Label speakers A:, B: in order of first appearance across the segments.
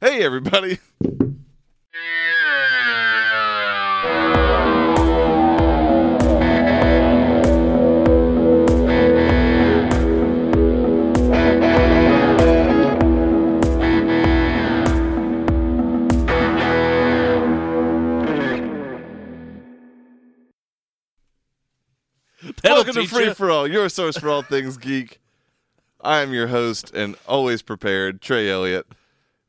A: Hey, everybody.
B: That'll
A: Welcome to
B: teach
A: Free
B: ya.
A: for All, your source for all things geek. I am your host and always prepared, Trey Elliott.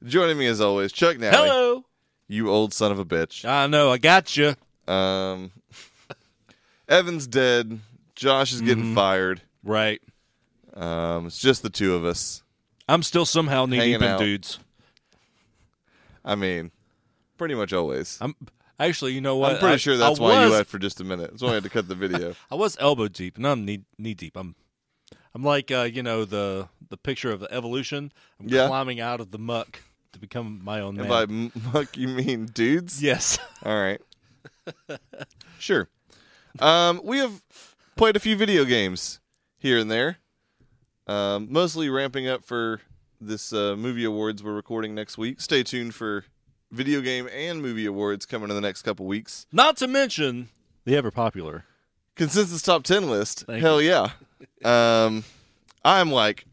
A: Joining me as always, Chuck Nally.
B: Hello.
A: You old son of a bitch.
B: I know. I got you.
A: Um, Evan's dead. Josh is getting
B: Mm-hmm.
A: fired.
B: Right.
A: Um, it's just the two of us.
B: I'm still somehow knee deep
A: Hanging
B: in
A: out.
B: dudes.
A: I mean, pretty much always.
B: I'm actually, you know what?
A: I'm pretty
B: Uh, I-
A: sure
B: I
A: that's why you
B: was-
A: left for just a minute. That's why I had to cut the video.
B: I was elbow deep, and I'm knee knee deep. I'm, I'm like uh, you know the the picture of the evolution. I'm
A: Yeah.
B: climbing out of the muck to become my own man.
A: and by m- muck, you mean dudes?
B: yes.
A: All right. sure. Um, we have played a few video games here and there, um, mostly ramping up for this uh, movie awards we're recording next week. Stay tuned for video game and movie awards coming in the next couple weeks.
B: Not to mention the ever popular.
A: Consensus top 10 list.
B: Thank
A: Hell yeah. Um, I'm like.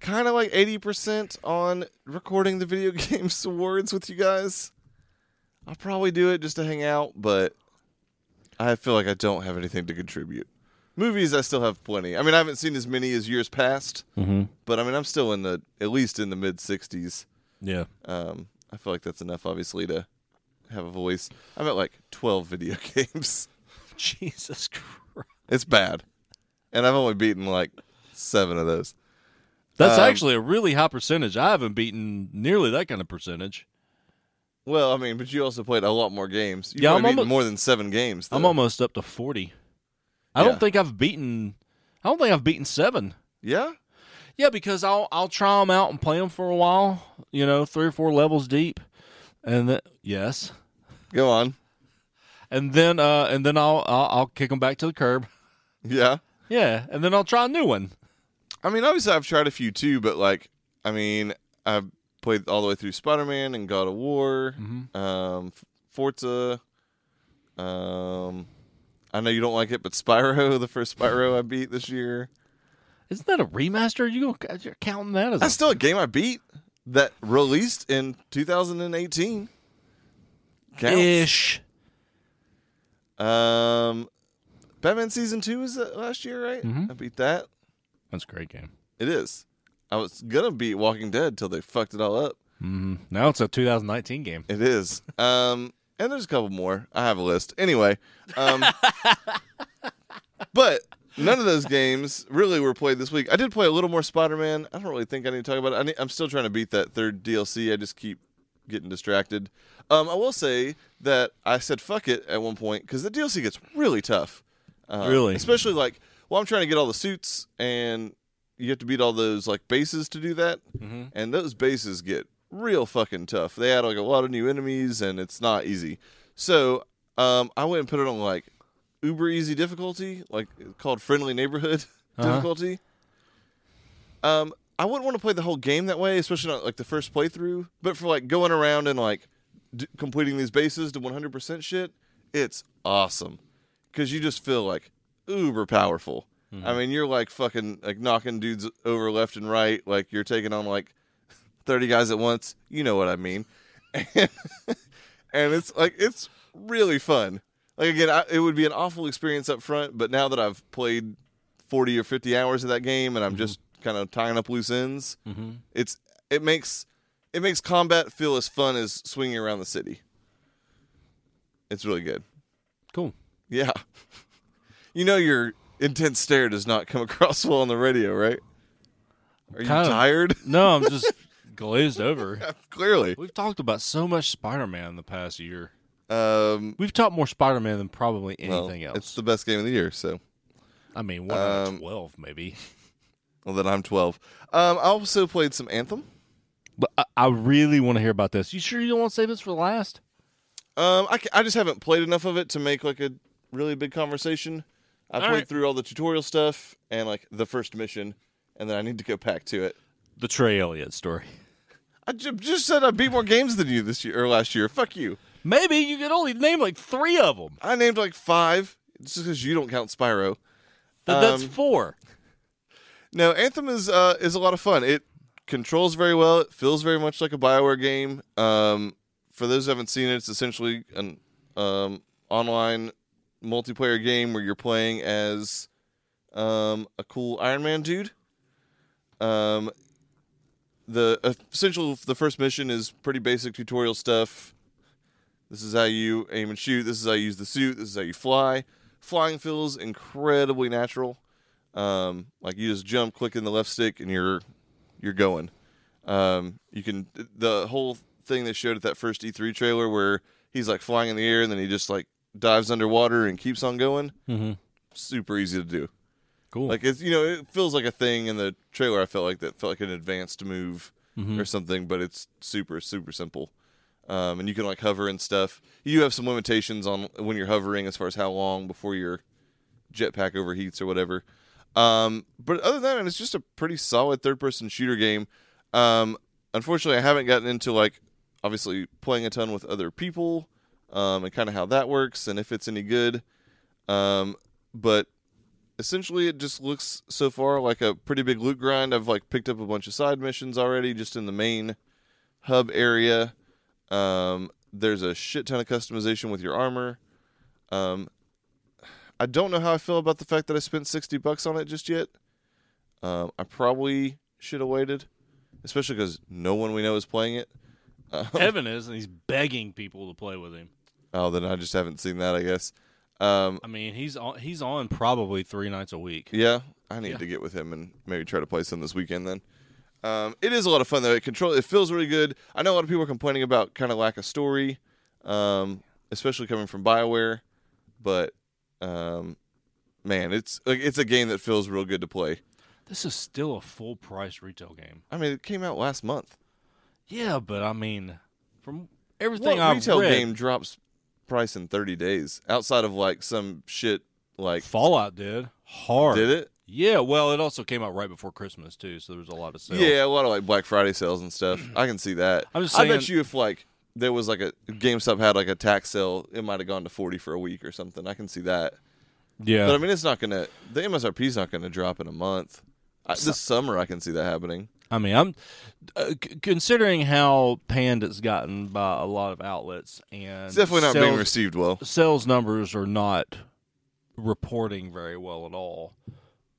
A: Kind of like 80% on recording the video games awards with you guys. I'll probably do it just to hang out, but I feel like I don't have anything to contribute. Movies, I still have plenty. I mean, I haven't seen as many as years past, but I mean, I'm still in the at least in the mid 60s.
B: Yeah.
A: Um, I feel like that's enough, obviously, to have a voice. I'm at like 12 video games.
B: Jesus Christ.
A: It's bad, and I've only beaten like seven of those.
B: That's
A: Um,
B: actually a really high percentage. I haven't beaten nearly that kind of percentage.
A: Well, I mean, but you also played a lot more games. You've
B: Yeah,
A: probably
B: I'm
A: beaten
B: almost-
A: more than seven games.
B: I'm
A: though.
B: almost up to forty. I
A: Yeah.
B: don't think I've beaten. I don't think I've beaten seven.
A: Yeah,
B: Yeah, because I'll I'll try them out and play them for a while. You know, three or four levels deep, and then yes,
A: go on.
B: and then uh and then I'll I'll, I'll kick them back to the curb.
A: Yeah.
B: Yeah, and then I'll try a new one.
A: I mean, obviously, I've tried a few too, but like, I mean, I've played all the way through Spider Man and God of War,
B: Mm-hmm.
A: um, F- Forza. Um, I know you don't like it, but Spyro, the first Spyro I beat this year.
B: Isn't that a remaster? You gonna you're counting that as? a-
A: That's still a game I beat that released in 2018. Counts.
B: ish.
A: Um, Batman Season 2 was that last year, right? I beat that.
B: That's a great game.
A: It is. I was going to beat Walking Dead till they fucked it all up.
B: Now it's a 2019 game.
A: It is. Um, and there's a couple more. I have a list. Anyway, um, but none of those games really were played this week. I did play a little more Spider-Man. I don't really think I need to talk about it. I need, I'm still trying to beat that third DLC. I just keep getting distracted. Um, I will say that I said fuck it at one point because the DLC gets really tough. Uh,
B: Really?
A: especially like well, I'm trying to get all the suits and you have to beat all those like bases to do that and those bases get real fucking tough they add like a lot of new enemies and it's not easy so um, i went and put it on like uber easy difficulty like called friendly neighborhood difficulty um, i wouldn't want to play the whole game that way especially not like the first playthrough but for like going around and like d- completing these bases to 100% shit it's awesome because you just feel like uber powerful. I mean, you're like fucking like knocking dudes over left and right, like you're taking on like thirty guys at once. You know what I mean? And, and it's like it's really fun. Like again, I, it would be an awful experience up front, but now that I've played forty or fifty hours of that game and I'm
B: Mm-hmm.
A: just kind of tying up loose ends, it's it makes it makes combat feel as fun as swinging around the city. It's really good.
B: Cool.
A: Yeah. You know your intense stare does not come across well on the radio, right? Are you
B: Kind of.
A: tired?
B: No, I'm just glazed over.
A: Clearly.
B: We've talked about so much Spider-Man in the past year.
A: Um
B: We've talked more Spider-Man than probably
A: well,
B: anything else.
A: It's the best game of the year, so
B: I mean, one out
A: Um,
B: of twelve, maybe.
A: well then I'm twelve. Um I also played some Anthem.
B: But I, I really want to hear about this. You sure you don't want to save this for last?
A: Um I, ca- I just haven't played enough of it to make like a really big conversation. I
B: All
A: played
B: right.
A: through all the tutorial stuff and like the first mission and then I need to go back to it.
B: The Trey Elliott story.
A: I ju- just said I beat more games than you this year or last year. Fuck you.
B: Maybe you could only name like three of them.
A: I named like five just because you don't count Spyro.
B: But that's
A: Um,
B: four.
A: No, Anthem is uh, is a lot of fun. It controls very well. It feels very much like a Bioware game. Um, for those who haven't seen it, it's essentially an um, online multiplayer game where you're playing as um, a cool Iron Man dude. Um, the essential the first mission is pretty basic tutorial stuff. This is how you aim and shoot. This is how you use the suit. This is how you fly. Flying feels incredibly natural. Um, like you just jump, click in the left stick, and you're you're going. Um, you can the whole thing they showed at that first E3 trailer where he's like flying in the air and then he just like dives underwater and keeps on going.
B: Mm-hmm.
A: Super easy to do.
B: Cool.
A: Like it's you know it feels like a thing in the trailer. I felt like that felt like an advanced move
B: Mhm.
A: or something, but it's super super simple. Um, and you can like hover and stuff. You have some limitations on when you're hovering as far as how long before your jetpack overheats or whatever. Um, but other than that, man, it's just a pretty solid third person shooter game. Um, unfortunately, I haven't gotten into like obviously playing a ton with other people um, and kind of how that works and if it's any good. Um, but essentially it just looks so far like a pretty big loot grind. I've like picked up a bunch of side missions already just in the main hub area. Um, there's a shit ton of customization with your armor. Um, I don't know how I feel about the fact that I spent 60 bucks on it just yet. Um, I probably should have waited, especially because no one we know is playing it. Um,
B: Evan is, and he's begging people to play with him.
A: oh, then I just haven't seen that, I guess. Um,
B: I mean, he's on he's on probably three nights a week.
A: Yeah, I need
B: Yeah.
A: to get with him and maybe try to play some this weekend. Then um, it is a lot of fun though. It control it feels really good. I know a lot of people are complaining about kind of lack of story, um, especially coming from Bioware, but um, man, it's like it's a game that feels real good to play.
B: This is still a full price retail game.
A: I mean, it came out last month.
B: Yeah, but I mean, from
A: What
B: everything I've
A: retail
B: read,
A: game drops price in thirty days outside of like some shit like
B: Fallout did hard.
A: did it?
B: Yeah. Well, it also came out right before Christmas too, so there was a lot of sales.
A: Yeah, a lot of like Black Friday sales and stuff. I can see that.
B: I'm just
A: I bet
B: saying-
A: you if like there was like a GameStop had like a tax sale, it might have gone to forty for a week or something. I can see that.
B: Yeah.
A: But um, I mean, it's not gonna. The MSRP's not gonna drop in a month. I, this summer, I can see that happening.
B: I mean, I'm uh, c- considering how panned it's gotten by a lot of outlets, and
A: It's definitely not
B: sales,
A: being received well.
B: Sales numbers are not reporting very well at all.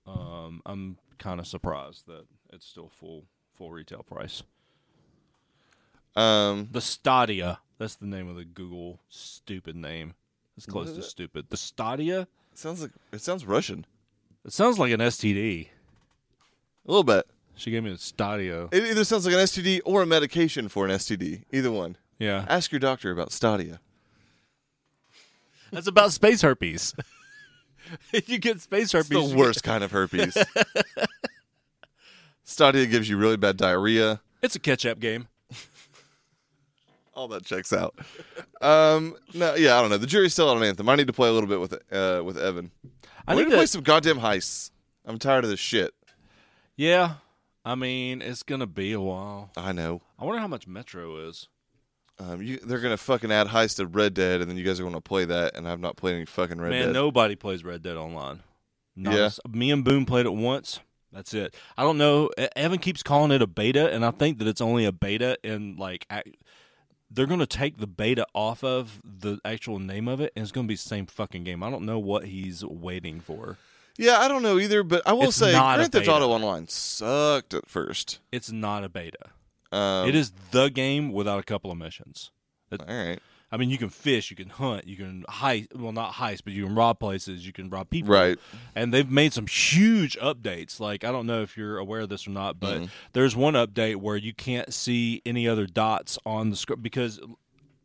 B: Um, I'm kind of surprised that it's still full full retail price.
A: Um,
B: The Stadia, that's the name of the Google stupid name. It's
A: What
B: close
A: is
B: to
A: it?
B: stupid. The Stadia.
A: it sounds like it sounds Russian
B: It sounds like an STD.
A: a little bit.
B: She gave me a Stadio.
A: It either sounds like an STD or a medication for an STD. Either one.
B: Yeah,
A: Ask your doctor about Stadia.
B: that's about space herpes. if you get space herpes,
A: It's the
B: you get-
A: worst kind of herpes. Stadia gives you really bad diarrhea.
B: It's a catch-up game.
A: all that checks out. Um, no, yeah, I don't know. The jury's still out on Anthem. I need to play a little bit with uh, with Evan. I need to play some goddamn heists. I'm tired of this shit.
B: Yeah, I mean it's gonna be a while.
A: I know.
B: I wonder how much Metro is.
A: Um, you, they're gonna fucking add heist to Red Dead, and then you guys are gonna play that, and I've not played any fucking Red
B: Man,
A: Dead.
B: nobody plays Red Dead Online. Not
A: Yeah.
B: us. me and Boone played it once. That's it. I don't know. E- Evan keeps calling it a beta, and I think that it's only a beta. And like, ac they're gonna take the beta off of the actual name of it, and it's gonna be the same fucking game. I don't know what he's waiting for.
A: Yeah, I don't know either, but I will
B: It's
A: say
B: not a
A: Grand Theft
B: beta.
A: Auto Online sucked at first.
B: It's not a beta.
A: Um,
B: it is the game without a couple of missions.
A: all right,
B: I mean, you can fish, you can hunt, you can heist. Well, not heist, but you can rob places, you can rob people.
A: right.
B: And they've made some huge updates. Like, I don't know if you're aware of this or not,
A: Mm-hmm.
B: but there's one update where you can't see any other dots on the script because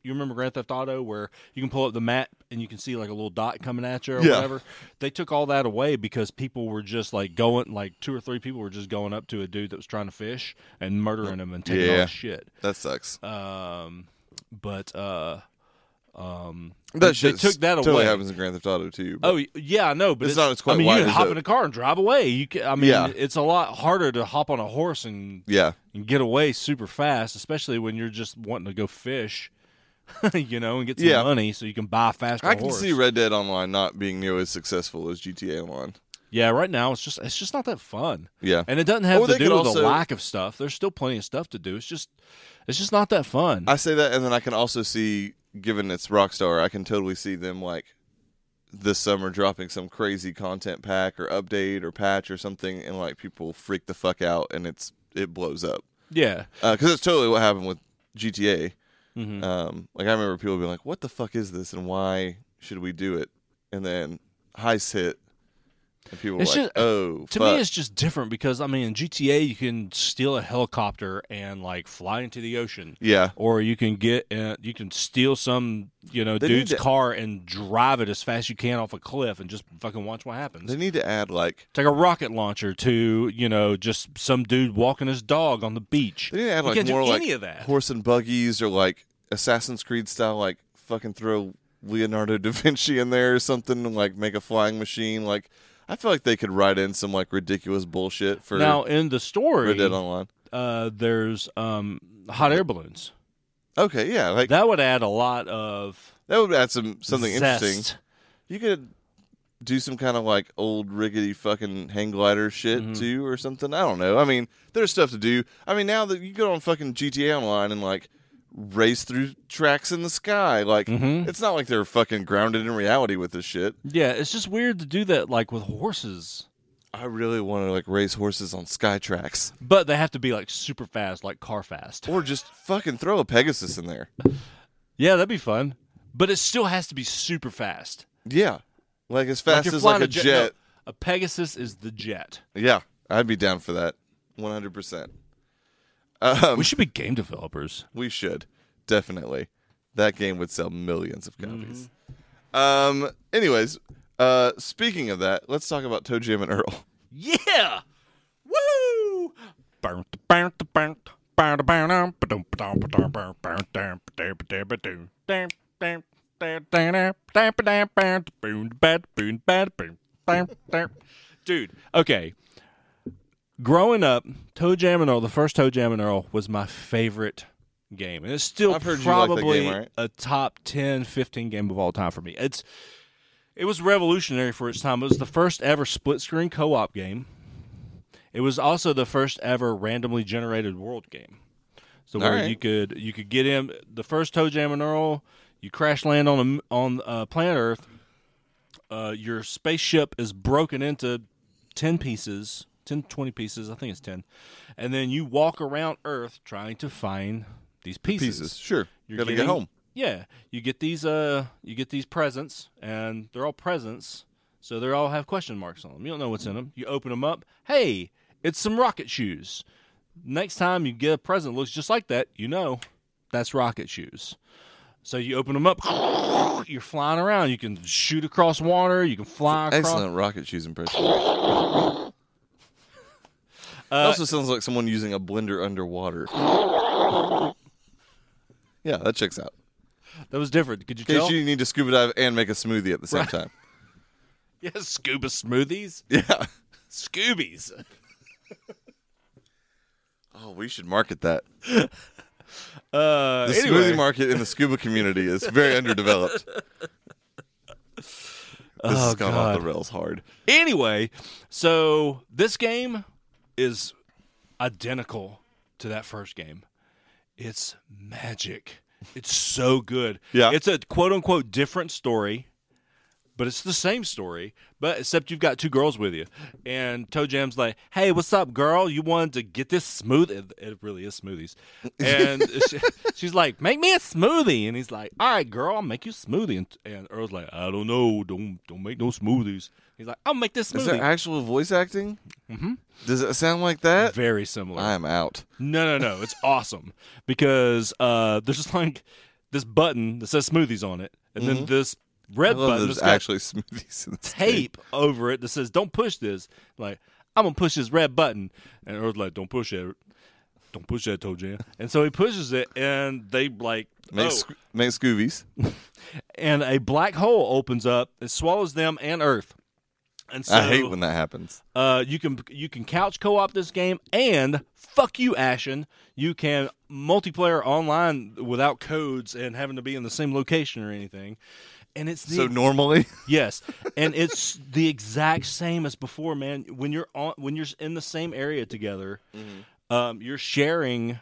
B: you remember Grand Theft Auto where you can pull up the map and you can see like a little dot coming at you or
A: Yeah.
B: whatever. They took all that away because people were just like going, like two or three people were just going up to a dude that was trying to fish and
A: Mm,
B: murdering him and taking all
A: Yeah.
B: his shit.
A: That sucks.
B: Um, but Um, uh, Um,
A: That
B: they
A: shit
B: took that
A: totally
B: away.
A: happens in Grand Theft Auto too. but-
B: Oh y- yeah, I know, but
A: It's
B: it's,
A: not as quite
B: I mean,
A: wide
B: you can
A: as
B: hop
A: a-
B: in a car and drive away. You can, I mean,
A: Yeah.
B: it's a lot harder to hop on a horse and,
A: yeah,
B: and get away super fast, especially when you're just wanting to go fish, you know, and get some
A: Yeah.
B: money so you can buy a faster.
A: I can
B: horse.
A: see Red Dead Online not being near as successful as GTA Online.
B: Yeah, right now it's just it's just not that fun,
A: Yeah,
B: and it doesn't have
A: Or
B: to
A: they
B: do
A: could
B: with
A: also-
B: a lack of stuff. There's still plenty of stuff to do. It's just it's just not that fun.
A: I say that, and then I can also see, given it's Rockstar, I can totally see them like this summer dropping some crazy content pack or update or patch or something, and like people freak the fuck out, and it's it blows up
B: yeah,
A: because it's totally what happened with GTA.
B: hmm
A: Um, like I remember people being like, "What the fuck is this, and why should we do it?" And then heist hit, and people were
B: It's
A: like,
B: just-
A: "Oh,
B: to
A: fuck."
B: me it's just different because I mean in GTA you can steal a helicopter and like fly into the ocean.
A: yeah."
B: or you can get uh, you can steal some you know
A: They need
B: dude's
A: to-
B: car and drive it as fast as you can off a cliff and just fucking watch what happens.
A: They need to add like
B: Take a rocket launcher to you know just some dude walking his dog on the beach.
A: They need to add
B: You
A: like
B: can't do
A: more like
B: any of that.
A: horse and buggies or like Assassin's Creed style, like fucking throw Leonardo da Vinci in there or something, and like make a flying machine. Like I feel like they could write in some like ridiculous bullshit for
B: now in the
A: Red
B: story,
A: Dead Online.
B: uh, there's um, hot air balloons.
A: Okay, yeah, like that,
B: That would add a lot of
A: would add some something
B: zest.
A: interesting. You could do some kind of like old rickety fucking hang glider shit too or something. I don't know. I mean, there's stuff to do. I mean, now that you go on fucking GTA Online and like race through tracks in the sky, like
B: Mhm.
A: it's not like they're fucking grounded in reality with this shit.
B: Yeah, it's just weird to do that like with horses,
A: I really want to like race horses on sky tracks
B: but they have to be like super fast, like car fast.
A: or just fucking throw a Pegasus in there.
B: Yeah, that'd be fun. But it still has to be super fast.
A: Yeah. Like as fast
B: you're
A: as like
B: flying
A: a jet.
B: no, a Pegasus is the jet.
A: Yeah. I'd be down for that. 100%. Um,
B: We should be game developers.
A: We should definitely. That game would sell millions of copies. Um. Anyways, uh, speaking of that, let's talk about Toe Jam and Earl.
B: Yeah. Woo! Dude, okay. Growing up, Toe Jam and Earl, the first Toe Jam and Earl was my favorite game. And it's still
A: I've heard you like that game,
B: probably
A: right?
B: a top 10, 15 game of all time for me. It's it was revolutionary for its time. It was the first ever split screen co op game. It was also the first ever randomly generated world game. So
A: All
B: where
A: right.
B: you could you could get in the first Toe Jam and Earl, you crash land on a, on uh, planet Earth. Uh, your spaceship is broken into ten pieces, 10, 20 pieces. I think it's ten, and then you walk around Earth trying to find these
A: Pieces, sure.
B: you're
A: Gotta
B: getting-
A: get home.
B: yeah, you get these uh you get these presents and they're all presents, so they all have question marks on them. You don't know what's in them. You open them up. Hey, it's some rocket shoes. Next time you get a present that looks just like that, you know that's rocket shoes. So you open them up. You're flying around. You can shoot across water. You can fly across.
A: Excellent rocket shoes impression. Uh, it also sounds like someone using a blender underwater. yeah, that checks out.
B: That was different. Could you
A: In
B: tell?
A: case you need to scuba dive and make a smoothie at the same time.
B: yeah, scuba smoothies,
A: Yeah.
B: Scoobies.
A: Oh, we should market that.
B: Uh,
A: The
B: anyway.
A: smoothie market in the scuba community is very underdeveloped. This has
B: Oh,
A: gone off
B: God.
A: the rails hard.
B: Anyway, so this game is identical to that first game. It's magic. It's so good.
A: Yeah.
B: It's a quote unquote different story, but it's the same story, but except you've got two girls with you. And Toe Jam's like, hey, what's up, girl? You wanted to get this smooth? It, it really is smoothies. And she- she's like, make me a smoothie. And he's like, all right, girl, I'll make you a smoothie. And, and Earl's like, I don't know. Don't don't make no smoothies. He's like, I'll make this
A: Is there
B: smoothie.
A: actual voice acting? Mm-hmm. Does it sound like that?
B: Very similar.
A: I'm out.
B: No, no, no. It's awesome because uh, there's like this button that says smoothies on it, and then this
A: Mm-hmm. I
B: red
A: love
B: button
A: that there's
B: that's got
A: actually smoothies in this. game.
B: tape over it that says "Don't push this." Like I'm gonna push this red button, and Earth's like, "Don't push it." don't push that toe jam. And so he pushes it, and they like
A: Make,
B: oh.
A: sc- make Scoobies.
B: and a black hole opens up. It swallows them and Earth. And so
A: I hate when that happens.
B: uh, you can you can couch co-op this game, and fuck you, Ashen. You can multiplayer online without codes and having to be in the same location or anything. And it's the
A: So normally,
B: Yes, and it's the exact same as before, man. When you're on, when you're in the same area together, um, you're sharing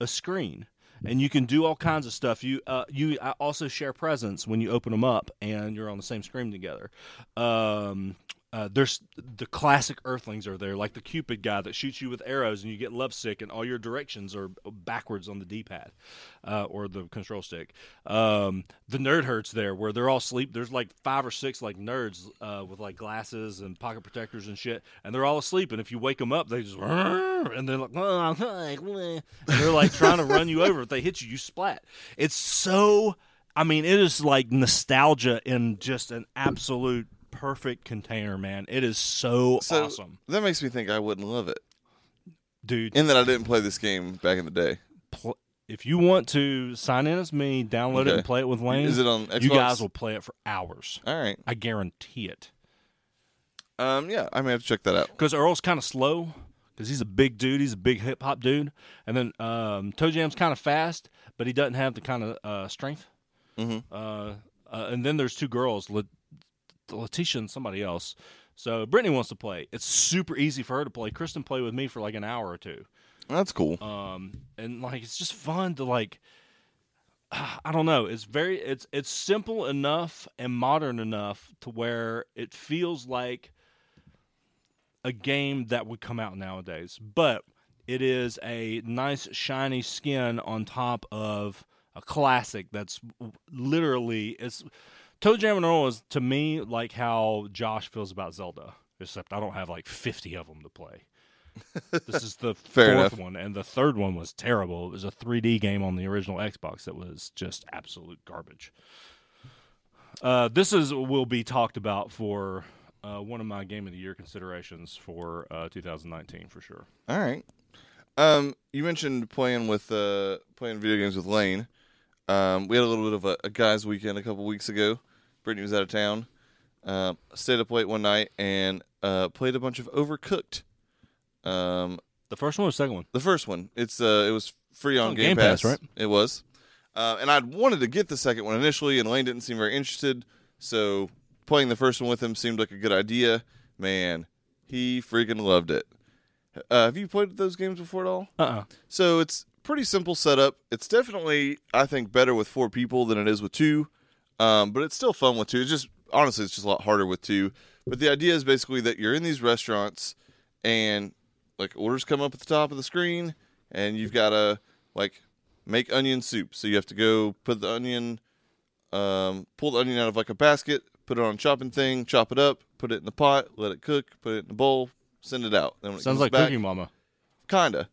B: a screen, and you can do all kinds of stuff. You uh, you uh, also share presents when you open them up, and you're on the same screen together. Um, uh, there's the classic Earthlings are there, like the Cupid guy that shoots you with arrows, and you get lovesick, and all your directions are backwards on the D-pad uh, or the control stick. Um, the nerd hurts there, where they're all asleep. There's like five or six like nerds uh, with like glasses and pocket protectors and shit, and they're all asleep. And if you wake them up, they just and they're like, "Oh, I'm like, meh," and they're like trying to run you over. If they hit you, you splat. It's so. I mean, it is like nostalgia in just an absolute perfect container, man. It is so,
A: so
B: awesome,
A: that makes me think I wouldn't love it.
B: dude.
A: And that I didn't play this game back in the day.
B: Pl- if you want to sign in as me, download it
A: Okay.
B: and play it with Lane.
A: Is it on Xbox?
B: you guys will play it for hours.
A: All right.
B: I guarantee it.
A: Um. Yeah, I may have to check that out.
B: Because Earl's kind of slow because he's a big dude. He's a big hip hop dude. And then um, Toe Jam's kind of fast, but he doesn't have the kind of uh, strength.
A: Mhm.
B: Uh, uh, and then there's two girls, La- Letitia and somebody else. So Brittany wants to play. It's super easy for her to play. Kristen played with me for like an hour or two
A: That's cool.
B: um and like it's just fun to like i don't know it's very it's it's simple enough and modern enough to where it feels like a game that would come out nowadays but it is a nice shiny skin on top of a classic that's literally it's toe jam and earl is to me like how josh feels about zelda except i don't have like 50 of them to play this is the
A: Fair
B: fourth
A: enough.
B: one and the third one was terrible it was a 3d game on the original xbox that was just absolute garbage uh, this is will be talked about for uh, one of my game of the year considerations for uh, 2019 for sure
A: All right. Um, you mentioned playing with uh playing video games with Lane. Um, we had a little bit of a, a guys' weekend a couple weeks ago. Brittany was out of town. Um, stayed up late one night and uh, played a bunch of Overcooked. Um,
B: the first one or second one
A: the first one. It's uh, it was free on,
B: on
A: Game,
B: Game Pass, right?
A: It was. Uh, and I'd wanted to get the second one initially, and Lane didn't seem very interested. So playing the first one with him seemed like a good idea. Man, he freaking loved it. Uh, have you played those games before at all?
B: Uh-uh.
A: So it's pretty simple setup. It's definitely, I think, better with four people than it is with two. Um, but it's still fun with two. It's just honestly, it's just a lot harder with two. But the idea is basically that you're in these restaurants, and like orders come up at the top of the screen, and you've got to like make onion soup. So you have to go put the onion, um, pull the onion out of like a basket, put it on a chopping thing, chop it up, put it in the pot, let it cook, put it in a bowl, send it out. Then when it
B: Sounds
A: comes
B: like
A: back,
B: Cookie Mama.
A: kinda.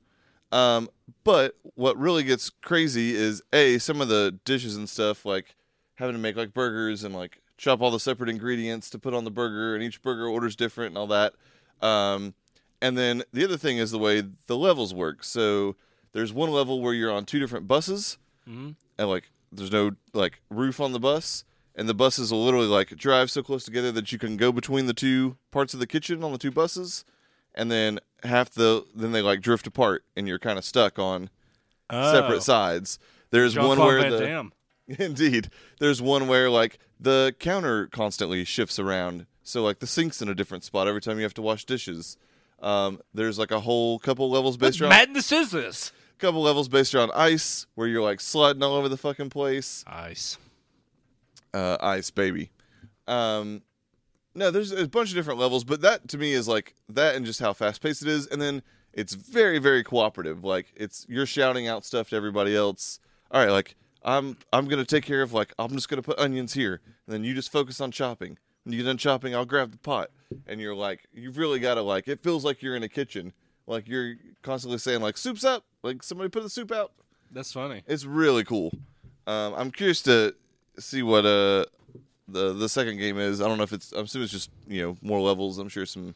A: Um, but what really gets crazy is a some of the dishes and stuff like having to make like burgers and like chop all the separate ingredients to put on the burger, and each burger orders different and all that. Um, and then the other thing is the way the levels work. So there's one level where you're on two different buses,
B: Mhm.
A: and like there's no like roof on the bus. And the buses will literally like drive so close together that you can go between the two parts of the kitchen on the two buses and then half the then they like drift apart and you're kind of stuck on
B: Oh.
A: separate sides. There's one where the indeed there's one where like the counter constantly shifts around, so like the sink's in a different spot every time you have to wash dishes. Um, there's like a whole couple levels based around
B: madness is this?
A: couple levels based around ice where you're like sliding all over the fucking place
B: Ice.
A: uh, Ice Baby. Um, no, there's a bunch of different levels, but that to me is like that and just how fast paced it is. And then it's very, very cooperative. Like it's you're shouting out stuff to everybody else. All right, like I'm I'm gonna take care of like I'm just gonna put onions here, and then you just focus on chopping. When you get done chopping, I'll grab the pot, and you're like you've really gotta like it feels like you're in a kitchen. Like you're constantly saying like soup's up, like somebody put the soup out.
B: That's funny.
A: It's really cool. Um, I'm curious to see what uh the the second game is. I don't know if it's. I'm assuming it's just you know more levels. I'm sure some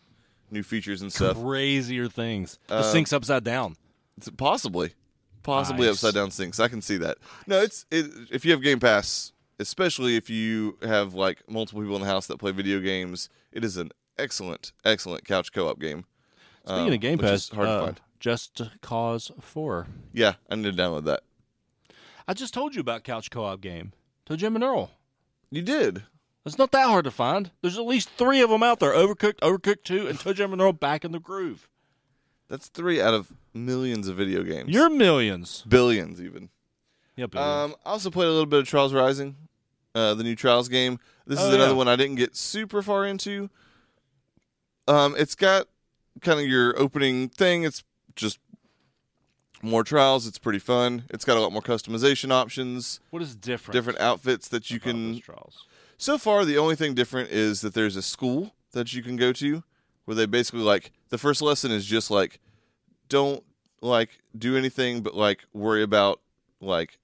A: new features and stuff.
B: Crazier things. The
A: Um,
B: sink's upside down.
A: It's possibly, possibly
B: Nice.
A: upside down sinks. I can see that. No, it's it, if you have Game Pass, especially if you have like multiple people in the house that play video games, it is an excellent, excellent couch co-op game.
B: Speaking
A: um,
B: of Game
A: which is
B: Pass,
A: hard
B: uh,
A: to find.
B: Just Cause Four.
A: Yeah, I need to download that.
B: I just told you about Couch Co-op game. To Jim and Earl.
A: You did.
B: It's not that hard to find. There's at least three of them out there: Overcooked, Overcooked Two, and To Jim and Earl Back in the Groove.
A: That's three out of millions of video games.
B: You're millions.
A: billions even.
B: Yep.
A: Um, I also played a little bit of Trials Rising, uh, the new Trials game. This
B: Oh,
A: is another
B: yeah.
A: one I didn't get super far into. Um, it's got kind of your opening thing. It's just more trials. It's pretty fun. It's got a lot more customization options,
B: what is different?
A: different outfits that you
B: about
A: can.
B: those trials?
A: So far, the only thing different is that there's a school that you can go to where they basically like the first lesson is just like don't like do anything but like worry about like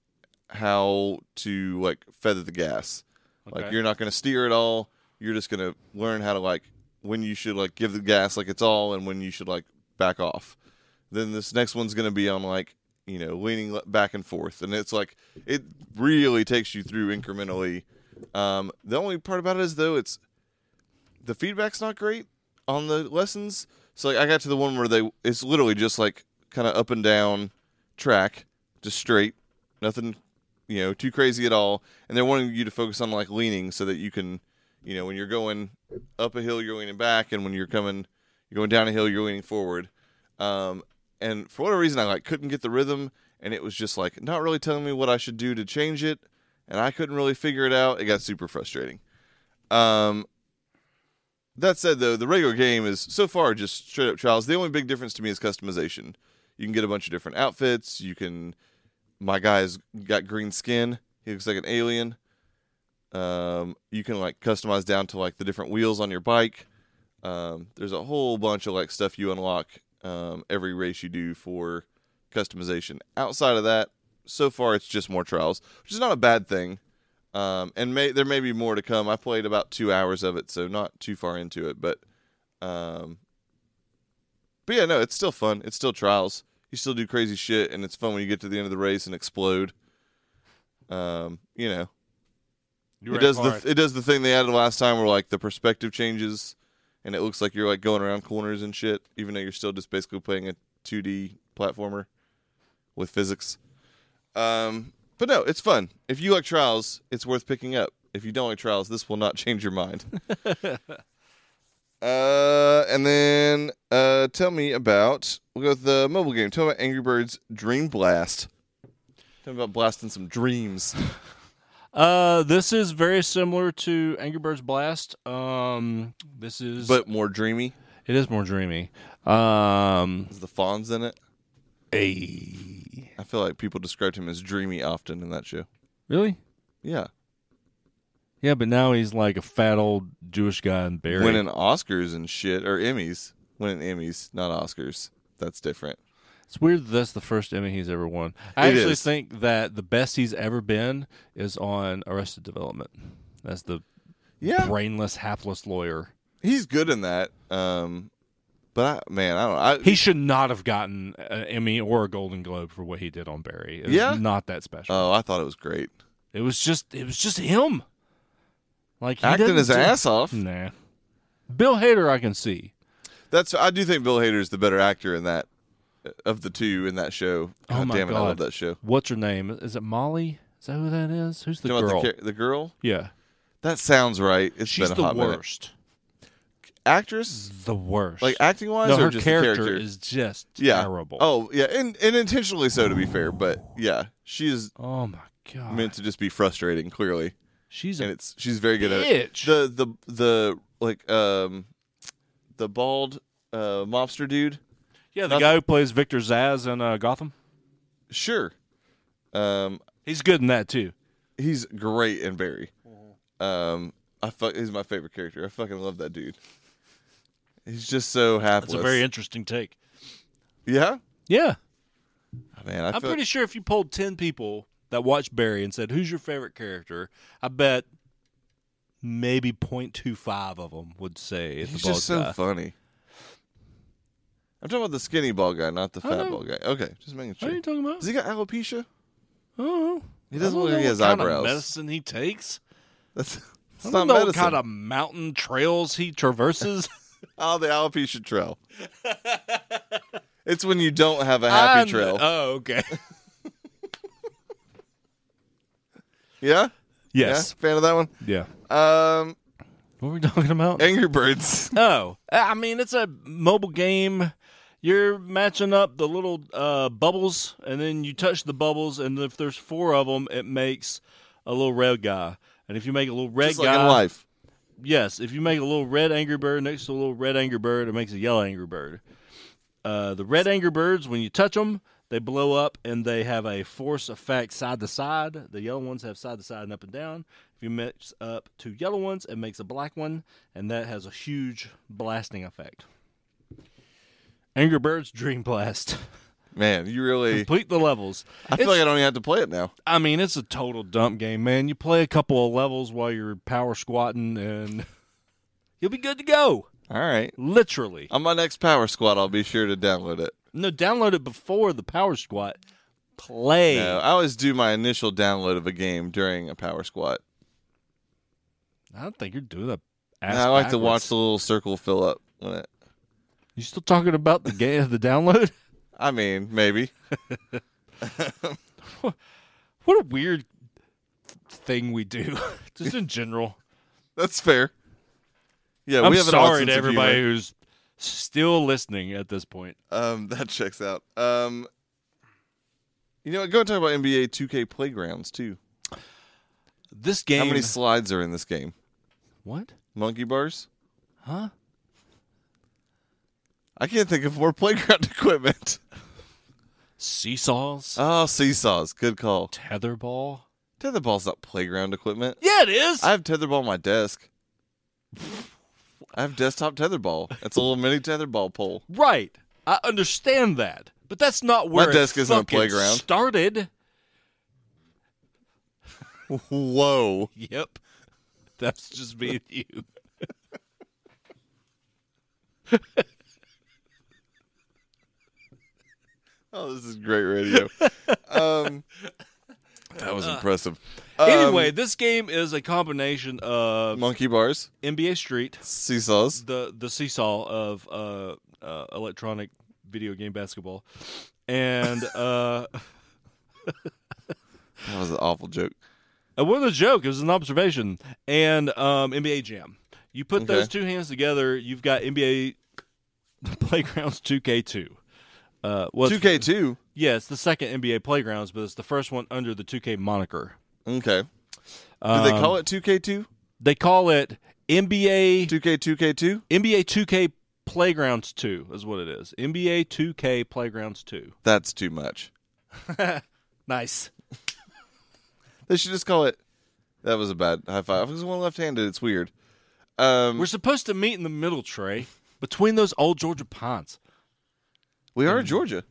A: how to like feather the gas. Like
B: Okay.
A: you're not going to steer at all. You're just going to learn how to like when you should like give the gas like it's all and when you should like back off. Then this next one's going to be on like, you know, leaning le- back and forth and it's like it really takes you through incrementally. Um the only part about it is though it's the feedback's not great on the lessons. So like I got to the one where they it's literally just like kind of up and down track, just straight, nothing, you know, too crazy at all. And they're wanting you to focus on like leaning so that you can, you know, when you're going up a hill, you're leaning back, and when you're coming, you're going down a hill, you're leaning forward. Um, and for whatever reason, I like couldn't get the rhythm, and it was just like not really telling me what I should do to change it, and I couldn't really figure it out. It got super frustrating. Um, that said, though, the regular game is so far just straight up trials. The only big difference to me is customization. You can get a bunch of different outfits. You can. My guy's got green skin. He looks like an alien. Um, you can like customize down to like the different wheels on your bike. Um, there's a whole bunch of like stuff you unlock um, every race you do for customization. Outside of that, so far it's just more trials, which is not a bad thing. Um, and may, there may be more to come. I played about two hours of it, so not too far into it. But, um, but yeah, no, it's still fun. It's still trials. You still do crazy shit, and it's fun when you get to the end of the race and explode. Um, you know,
B: You
A: it
B: ran
A: does
B: hard.
A: the it does the thing they added last time where like the perspective changes, and it looks like you're like going around corners and shit, even though you're still just basically playing a 2D platformer with physics. Um, but no, it's fun. If you like trials, it's worth picking up. If you don't like trials, this will not change your mind. uh, and then uh, tell me about we'll go with the mobile game. Tell me about Angry Birds Dream Blast. Tell me about blasting some dreams.
B: Uh, this is very similar to Angry Birds Blast. Um, this is,
A: But more dreamy.
B: it is more dreamy. Um,
A: Is the Fonz in it?
B: a
A: I feel like people described him as dreamy often in that show.
B: really,
A: Yeah.
B: yeah, but now he's like a fat old Jewish guy in Barry.
A: Winning Oscars and shit, or Emmys. Winning Emmys, not Oscars. That's different.
B: It's weird that that's the first Emmy he's ever won. I
A: It
B: actually
A: is.
B: think that the best he's ever been is on Arrested Development. That's the
A: Yeah.
B: brainless, hapless lawyer.
A: He's good in that. Um, but I, man, I don't know. I,
B: He should not have gotten an Emmy or a Golden Globe for what he did on Barry. It was
A: Yeah?
B: not that special.
A: oh, I thought it was great.
B: It was just it was just him. Like he
A: Acting
B: doesn't
A: his
B: do-
A: ass off.
B: Nah. Bill Hader I can see.
A: That's. I do think Bill Hader's the better actor in that uh, of the two in that show. God
B: Oh my
A: damn it, I love
B: God.
A: that show.
B: What's her name? Is it Molly? Is that who that is? Who's the
A: You know about
B: girl?
A: The, ca- the girl?
B: yeah.
A: That sounds right. It's
B: She's
A: been a
B: the
A: hot minute.
B: worst.
A: Actress,
B: The worst.
A: like acting wise,
B: no,
A: or
B: her
A: just the
B: character,
A: character
B: is just
A: yeah.
B: terrible.
A: Oh yeah, and, and intentionally so to be fair, but yeah, she is
B: Oh my god.
A: meant to just be frustrating. Clearly,
B: She's
A: and
B: a
A: it's she's very good at it.
B: bitch.
A: The the the like um the bald uh mobster dude.
B: yeah, the guy who plays Victor Zaz in uh, Gotham.
A: Sure, um,
B: He's good in that too.
A: he's great in Barry. Um, I fuck he's my favorite character. I fucking love that dude. He's just so happy.
B: That's a very interesting take.
A: yeah.
B: Yeah.
A: Man, I
B: I'm
A: feel
B: pretty sure if you polled 10 people that watched Barry and said, who's your favorite character? I bet maybe 0.25 of them would say it's
A: he's
B: the bald
A: just so
B: guy.
A: funny. I'm talking about the skinny bald guy, not the
B: I
A: fat
B: know.
A: bald guy. Okay, just making
B: What are
A: sure.
B: you talking about?
A: Has he got alopecia?
B: Oh,
A: He doesn't look like he has eyebrows.
B: Kind of medicine he takes.
A: That's it's
B: I
A: not
B: don't know what
A: medicine.
B: kind of mountain trails he traverses.
A: Oh, the alopecia trail. it's when you don't have a happy
B: I kn-
A: trail.
B: Oh, okay.
A: yeah?
B: Yes.
A: Yeah? Fan of that one?
B: Yeah.
A: Um,
B: What were we talking about?
A: Angry Birds.
B: Oh, I mean, it's a mobile game. You're matching up the little uh, bubbles, and then you touch the bubbles, and if there's four of them, it makes a little red guy. And if you make a little red
A: Just
B: guy,
A: like in life.
B: yes, if you make a little red angry bird next to a little red angry bird, it makes a yellow angry bird. Uh, the red angry birds, when you touch them, they blow up and they have a force effect side to side. The yellow ones have side to side and up and down. If you mix up two yellow ones, it makes a black one, and that has a huge blasting effect. Angry Birds Dream Blast.
A: Man, you really.
B: Complete the levels.
A: I feel
B: It's-
A: like I don't even have to play it now.
B: I mean, it's a total dump game, man. You play a couple of levels while you're power squatting, and you'll be good to go.
A: All right.
B: Literally.
A: On my next Power Squad, I'll be sure to download it.
B: No, download it before the power squat. Play.
A: No, I always do my initial download of a game during a Power Squad.
B: I don't think you're doing that.
A: And I like to watch the little circle fill up. When it,
B: You still talking about the game, the download?
A: I mean, maybe.
B: What a weird thing we do, just in general.
A: That's fair. Yeah,
B: I'm
A: we have an odd
B: sorry
A: sense
B: to
A: of
B: everybody
A: humor.
B: who's still listening at this point.
A: Um, that checks out. Um, you know what? Go and talk about NBA 2K playgrounds too.
B: This game.
A: How many slides are in this game?
B: what?
A: Monkey bars?
B: Huh?
A: I can't think of more playground equipment.
B: Seesaws?
A: Oh, seesaws. Good call.
B: tetherball?
A: Tetherball's not playground equipment.
B: Yeah, it is.
A: I have tetherball on my desk. I have desktop tetherball. It's a little mini tetherball pole.
B: right. I understand that, but that's not where it
A: desk isn't a
B: fucking
A: playground.
B: Started.
A: Whoa.
B: Yep. That's just me and you.
A: Oh, this is great radio. um, that was impressive. Um,
B: Anyway, this game is a combination of
A: monkey bars,
B: NBA Street,
A: seesaws.
B: the the seesaw of uh, uh, electronic video game basketball, and uh,
A: That was an awful joke.
B: it wasn't a joke; it was an observation. And um, NBA Jam. You put
A: Okay.
B: those two hands together, you've got NBA Playgrounds 2K2. Uh, well,
A: Two K two.
B: yeah, it's the second NBA Playgrounds, but it's the first one under the 2K moniker. Um,
A: Okay. Do they call it two K two?
B: They call it NBA
A: Two K two K two.
B: NBA 2K Playgrounds 2 is what it is. NBA 2K Playgrounds 2.
A: That's too much.
B: Nice.
A: They should just call it. That was a bad high five. Because one left handed, it's weird. Um,
B: We're supposed to meet in the middle, Trey, between those old Georgia pines.
A: we
B: Mm.
A: are in Georgia.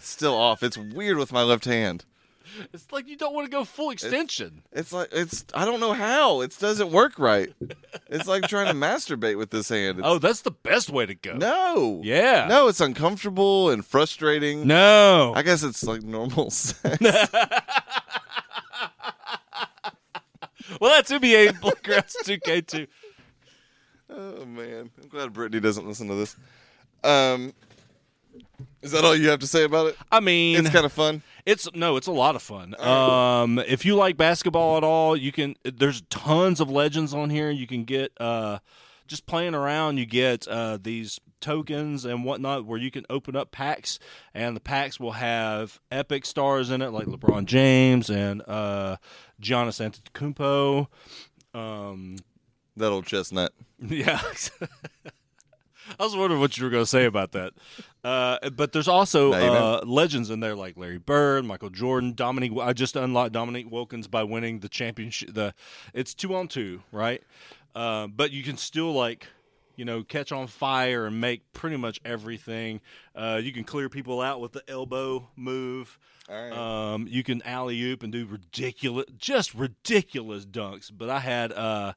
A: Still off. It's weird with my left hand.
B: It's like you don't want to go full extension.
A: It's like it's. I don't know how. It doesn't work right. It's like trying to masturbate with this hand. It's,
B: oh, that's the best way to go.
A: no.
B: Yeah.
A: No, it's uncomfortable and frustrating.
B: No.
A: I guess it's like normal sex.
B: well, that's NBA Playgrounds 2K2.
A: Oh man, I'm glad Brittany doesn't listen to this. Um, is that all you have to say about it?
B: I mean,
A: It's kind of fun.
B: It's no, it's a lot of fun. Um, if you like basketball at all, you can. There's tons of legends on here. You can get uh, just playing around. You get uh, these tokens and whatnot where you can open up packs, and the packs will have epic stars in it, like LeBron James and uh, Giannis Antetokounmpo. Um,
A: That old chestnut.
B: yeah. I was wondering what you were going to say about that. Uh, but there's also
A: No, you
B: uh, legends in there like Larry Bird, Michael Jordan, Dominique. I just unlocked Dominique Wilkins by winning the championship. The it's two on two, right? Uh, but you can still like you know catch on fire and make pretty much everything. Uh, you can clear people out with the elbow move.
A: All right.
B: Um, you can alley oop and do ridiculous, just ridiculous dunks. But I had uh,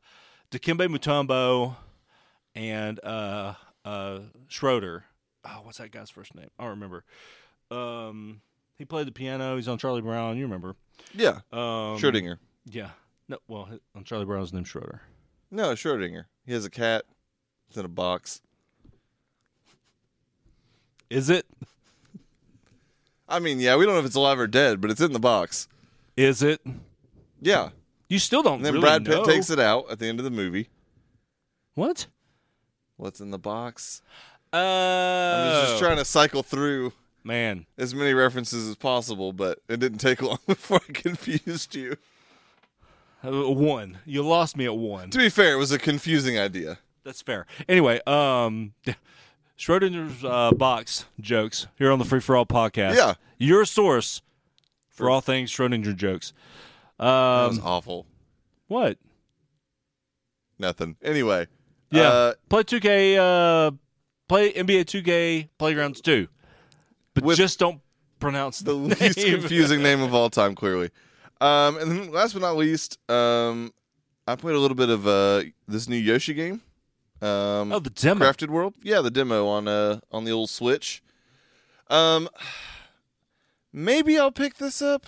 B: Dikembe Mutombo and uh, uh, Schroeder. Oh, what's that guy's first name? I don't remember. Um, he played the piano. He's on Charlie Brown. You remember?
A: Yeah,
B: Um,
A: Schrodinger.
B: Yeah. No. Well, hi- on Charlie Brown's name Schroeder.
A: No, Schrodinger. He has a cat. It's in a box.
B: Is it?
A: I mean, yeah, we don't know if it's alive or dead, but it's in the box.
B: Is it?
A: Yeah.
B: You still don't.
A: And then
B: really
A: Brad Pitt
B: know.
A: takes it out at the end of the movie.
B: What?
A: What's in the box?
B: Uh,
A: I was
B: Oh.
A: just trying to cycle through
B: man.
A: as many references as possible, but it didn't take long before I confused you.
B: Uh, One. You lost me at one.
A: To be fair, it was a confusing idea.
B: That's fair. Anyway, um, Schrodinger's uh, box jokes here on the Free for All podcast.
A: Yeah.
B: your source for all things Schrodinger jokes.
A: That was
B: Um,
A: awful.
B: what?
A: Nothing. Anyway.
B: Yeah,
A: Uh,
B: play two K. Uh, play NBA two K Playgrounds two, but
A: With
B: just don't pronounce
A: the
B: the,
A: least
B: name.
A: confusing name of all time, clearly. Um, and then last but not least, um, I played a little bit of uh, this new Yoshi game. Um,
B: Oh, the demo.
A: Crafted World. Yeah, the demo on uh, on the old Switch. Um, maybe I'll pick this up.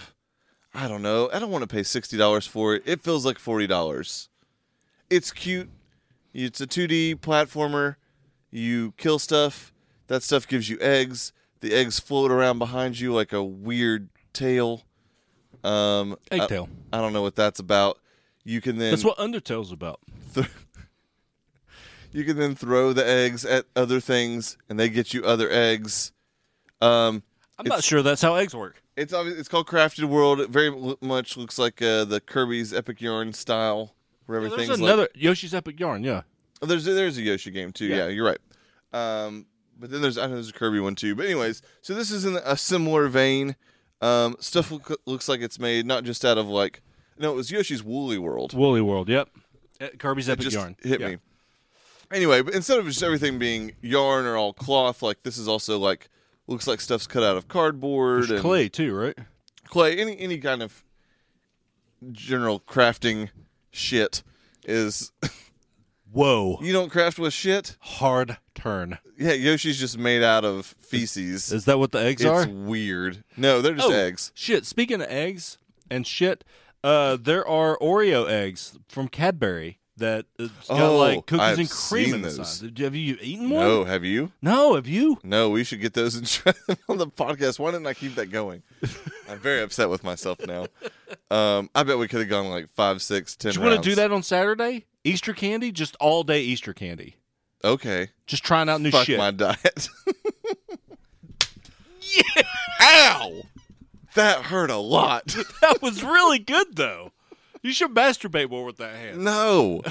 A: I don't know. I don't want to pay sixty dollars for it. It feels like forty dollars. It's cute. It's a two D platformer. You kill stuff. That stuff gives you eggs. The eggs float around behind you like a weird tail. Um, I,
B: Eggtail.
A: I don't know what that's about. You can then
B: That's what Undertale's about.
A: th- you can then throw the eggs at other things, and they get you other eggs. Um,
B: I'm not sure that's how eggs work.
A: it's obvious. It's called Crafted World. It very l- much looks like uh, the Kirby's Epic Yarn style, where
B: Yeah,
A: everything's
B: there's
A: like
B: another Yoshi's Epic Yarn. Yeah,
A: Oh, there's there's a Yoshi game too. Yeah,
B: Yeah.
A: you're right. Um, but then there's I know there's a Kirby one too. But anyways, so this is in a similar vein. Um, stuff look, looks like it's made not just out of like no, it was Yoshi's Woolly World.
B: Woolly World. Yep, Uh, Kirby's
A: It
B: Epic
A: just
B: Yarn.
A: hit
B: Yeah.
A: me. Anyway, but instead of just everything being yarn or all cloth, like this is also like looks like stuff's cut out of cardboard
B: There's
A: and
B: clay too, right?
A: clay, any any kind of general crafting shit is
B: Whoa.
A: you don't craft with shit.
B: hard turn.
A: Yeah, Yoshi's just made out of feces.
B: Is that what the eggs
A: It's
B: are? Oh,
A: weird. No, they're just eggs.
B: Shit. Speaking of eggs and shit, uh, there are Oreo eggs from Cadbury that uh, it's got
A: Oh,
B: like cookies
A: I've
B: and cream
A: seen
B: in the
A: those.
B: side. Have you eaten one?
A: No, have you?
B: No, have you?
A: No, we should get those and try them on the podcast. Why didn't I keep that going? I'm very upset with myself now. Um, I bet we could have gone like five, six, ten.
B: Do you want
A: rounds.
B: to do that on Saturday? Easter candy, just all day Easter candy,
A: Okay.
B: just trying out new
A: Fuck
B: shit.
A: my diet.
B: Ow!
A: that hurt a lot.
B: That was really good though. You should masturbate more with that hand,
A: no.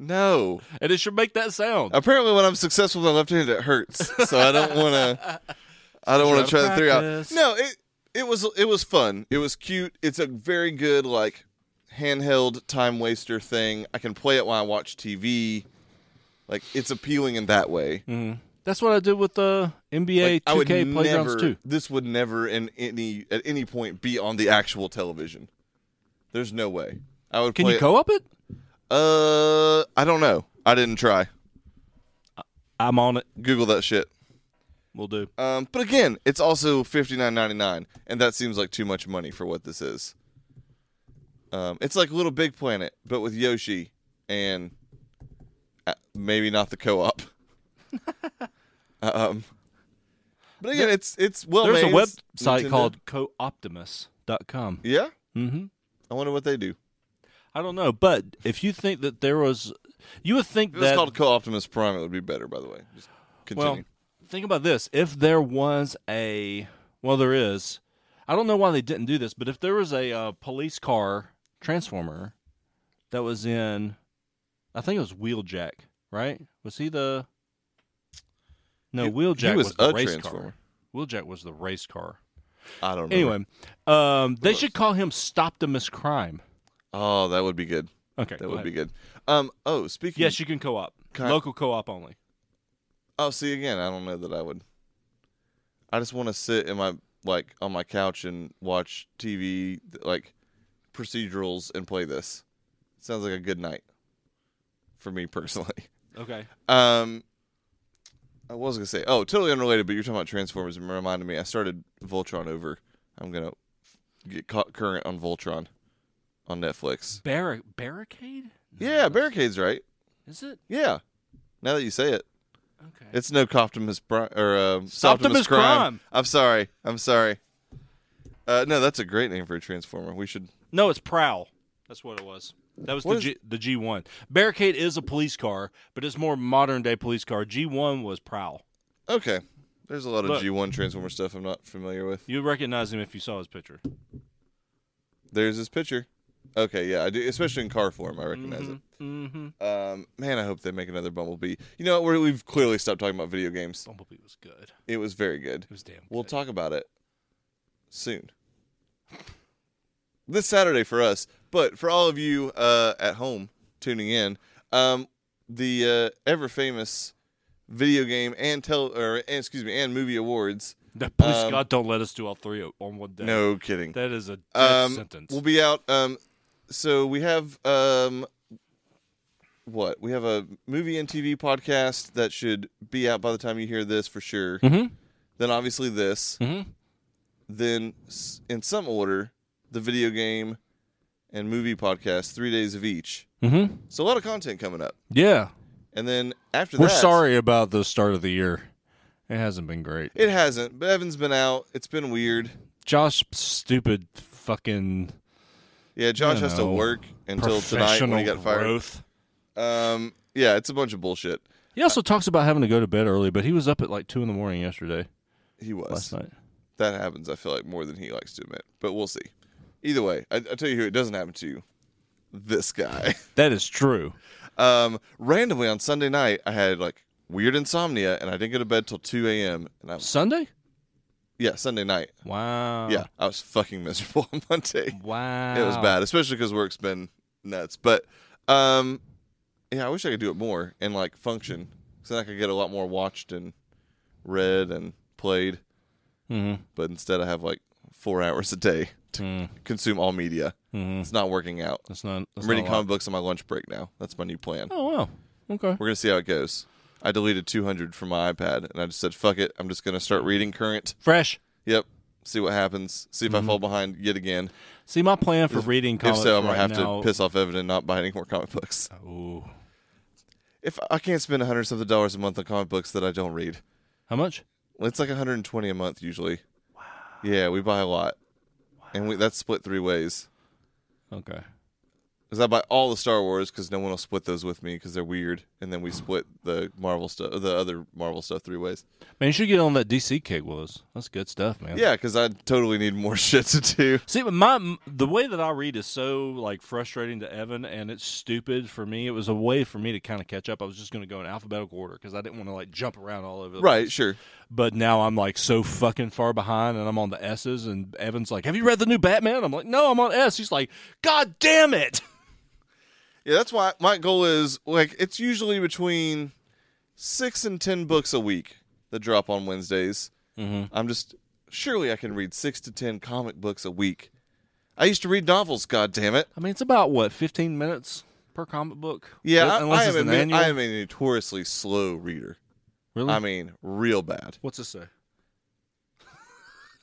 A: No.
B: and it should make that sound.
A: Apparently, when I'm successful with my left hand, it hurts. So I don't want to. I don't want to try
B: Gotta
A: the three out.
B: practice.
A: No, it it was it was fun. It was cute. It's a very good like handheld time waster thing. I can play it while I watch TV. Like it's appealing in that way.
B: Mhm. That's what I did with uh, the NBA
A: Like, I would
B: 2K Playgrounds
A: never.
B: too.
A: This would never in any at any point be on the actual television. There's no way. I would
B: Can
A: play
B: you co-op it?
A: It. Uh, I don't know. I didn't try.
B: I'm on it.
A: Google that shit.
B: We'll do.
A: Um, but again, it's also fifty nine ninety nine, and that seems like too much money for what this is. Um, it's like Little Big Planet, but with Yoshi, and uh, maybe not the co op. um, but again, it's it's well
B: There's a
A: made. It's
B: website
A: Nintendo.
B: called cooptimus.com.
A: yeah.
B: Mm-hmm.
A: I wonder what they do.
B: I don't know, but if you think that there was, you would think
A: If it was
B: that.
A: called Co Optimus Prime, it would be better. By the way, just continue.
B: well, think about this: if there was a, well, there is. I don't know why they didn't do this, but if there was a uh, police car transformer that was in, I think it was Wheeljack, right? Was he the? No,
A: He-
B: Wheeljack
A: he was
B: the
A: a
B: race
A: transformer.
B: car. Wheeljack was the race car.
A: I don't know.
B: Anyway, um, they should call him Stoptimus Crime.
A: oh, that would be good.
B: Okay,
A: That
B: go
A: would
B: ahead.
A: be good. Um. Oh, speaking.
B: Yes, you can co-op.
A: Kind-
B: Local co-op only.
A: Oh, see again, I don't know that I would. I just want to sit in my like on my couch and watch TV th- like procedurals and play this. Sounds like a good night for me personally.
B: Okay.
A: Um I was gonna say, oh, totally unrelated, but you're talking about Transformers and reminded me. I started Voltron over. I'm gonna get caught current on Voltron on Netflix.
B: Barri- barricade? No,
A: Yeah,
B: that's-
A: barricades, right?
B: Is it?
A: Yeah. Now that you say it,
B: Okay.
A: it's no Optimus Prime or um,
B: Optimus
A: Optimus
B: Prime.
A: I'm sorry. I'm sorry. Uh, no, that's a great name for a Transformer. We should.
B: no, it's Prowl. That's what it was. That was
A: What
B: the
A: is-
B: G, the G one. Barricade is a police car, but it's more modern day police car. G one was Prowl.
A: Okay. There's a lot of
B: Look.
A: G1 Transformer stuff I'm not familiar with.
B: You would recognize him if you saw his picture.
A: There's his picture. Okay, yeah, I do, especially in car form, I recognize it.
B: Mm-hmm.
A: Um, man, I hope they make another Bumblebee. You know, what, we're, we've clearly stopped talking about video games.
B: Bumblebee was good.
A: It was very good.
B: It was damn.
A: We'll
B: good.
A: talk about it soon. This Saturday for us, but for all of you uh, at home tuning in, um, the uh, ever famous video game and tel or and, excuse me and movie awards.
B: That- please
A: um,
B: God, don't let us do all three o- on one day.
A: No kidding.
B: that is a death
A: um,
B: sentence.
A: We'll be out. Um, so we have um, what? We have a movie and TV podcast that should be out by the time you hear this for sure.
B: Mhm.
A: Then obviously this.
B: Mhm.
A: Then s- in some order, the video game and movie podcast, three days of each.
B: Mm-hmm.
A: So a lot of content coming up.
B: Yeah,
A: And then after
B: we're
A: that,
B: sorry about the start of the year. It hasn't been great.
A: It hasn't. But Evan's been out. It's been weird.
B: Josh, stupid fucking
A: Yeah, Josh
B: You
A: has to
B: know,
A: work until tonight when he
B: professional
A: got fired.
B: growth.
A: Um, yeah, it's a bunch of bullshit.
B: He also talks about having to go to bed early, but he was up at like two in the morning yesterday,
A: He was
B: last night.
A: that happens. I feel like more than he likes to admit, but we'll see. Either way, I, I tell you who it doesn't happen to. This guy.
B: That is true.
A: Um, randomly on Sunday night, I had like weird insomnia, and I didn't go to bed till two a.m. And I was
B: Sunday?
A: yeah Sunday night.
B: Wow.
A: Yeah, I was fucking miserable on Monday.
B: Oh. Wow.
A: It was bad, especially because work's been nuts. But um, yeah, I wish I could do it more and like function, because then I could get a lot more watched and read and played.
B: Mm-hmm.
A: But instead, I have like four hours a day to consume all media.
B: Mm-hmm.
A: It's not working out.
B: That's not. That's
A: I'm reading
B: not a lot.
A: comic books on my lunch break now. That's my new plan.
B: Oh wow. Okay.
A: We're gonna see how it goes. I deleted 200 from my iPad, and I just said, "Fuck it." I'm just gonna start reading current.
B: Fresh.
A: Yep. See what happens. See if I fall behind yet again.
B: See, my plan for Mm-hmm. reading
A: If
B: comics
A: so, I'm gonna
B: right
A: have
B: now. Oh.
A: to piss off Evan and not buy any more comic books.
B: Ooh.
A: If I can't spend 100 something dollars a month on comic books that I don't read,
B: How much?
A: it's like 120 a month usually. Wow. Yeah, we buy a lot, and we, that's split three ways.
B: Okay.
A: Because I buy all the Star Wars because no one will split those with me because they're weird, and
B: Oh.
A: then we split the Marvel stuff, the other Marvel stuff, three ways.
B: Man, you should get on that DC kick with us. That's good stuff, man.
A: Yeah, because I totally need more shit to do.
B: See, but my the way that I read is so like frustrating to Evan, and it's stupid for me. It was a way for me to kind of catch up. I was just going to go in alphabetical order because I didn't want to like jump around all over. The
A: Right, sure.
B: But now I'm like so fucking far behind, and I'm on the S's. And Evan's like, "Have you read the new Batman?" I'm like, "No, I'm on S." He's like, "God damn it!"
A: Yeah, that's why my goal is like it's usually between six and ten books a week that drop on Wednesdays. Mm-hmm. I'm just surely I can read six to ten comic books a week. I used to read novels. God damn it!
B: I mean, it's about what 15 minutes per comic book.
A: Yeah, I,
B: unless
A: I, am
B: it's an
A: a,
B: annual.
A: I am a notoriously slow reader.
B: really?
A: I mean, real bad.
B: What's this say?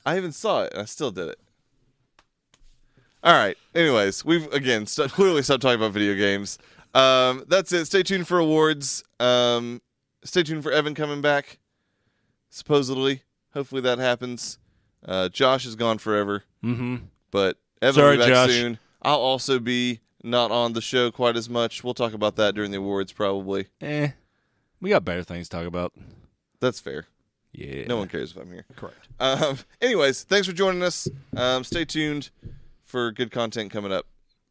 A: I even saw it. and I still did it. All right. Anyways, we've again st- clearly stopped talking about video games. Um, that's it. Stay tuned for awards. Um, stay tuned for Evan coming back. Supposedly, hopefully that happens. Uh, Josh is gone forever,
B: Mm-hmm.
A: but Evan
B: Sorry,
A: will be back
B: Josh.
A: soon. I'll also be not on the show quite as much. We'll talk about that during the awards, probably.
B: Eh, we got better things to talk about.
A: That's fair.
B: Yeah.
A: No one cares if I'm here.
B: Correct.
A: Um, anyways, thanks for joining us. Um, stay tuned for good content coming up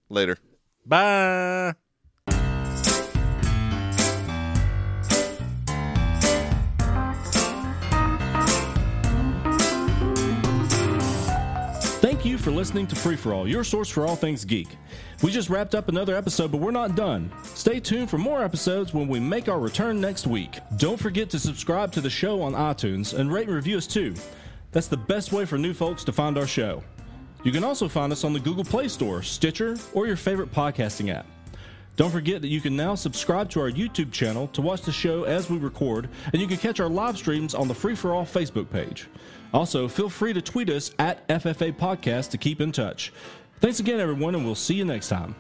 A: later.
B: Bye.
C: Thank you for listening to Free For All, your source for all things geek. We just wrapped up another episode, but we're not done. Stay tuned for more episodes when we make our return next week. Don't forget to subscribe to the show on iTunes and rate and review us too. That's the best way for new folks to find our show. You can also find us on the Google Play Store, Stitcher, or your favorite podcasting app.
B: Don't forget that you can now subscribe to our YouTube channel to watch the show as we record, and you can catch our live streams on the Free For All Facebook page. Also, feel free to tweet us at FFA Podcast to keep in touch. Thanks again, everyone, and we'll see you next time.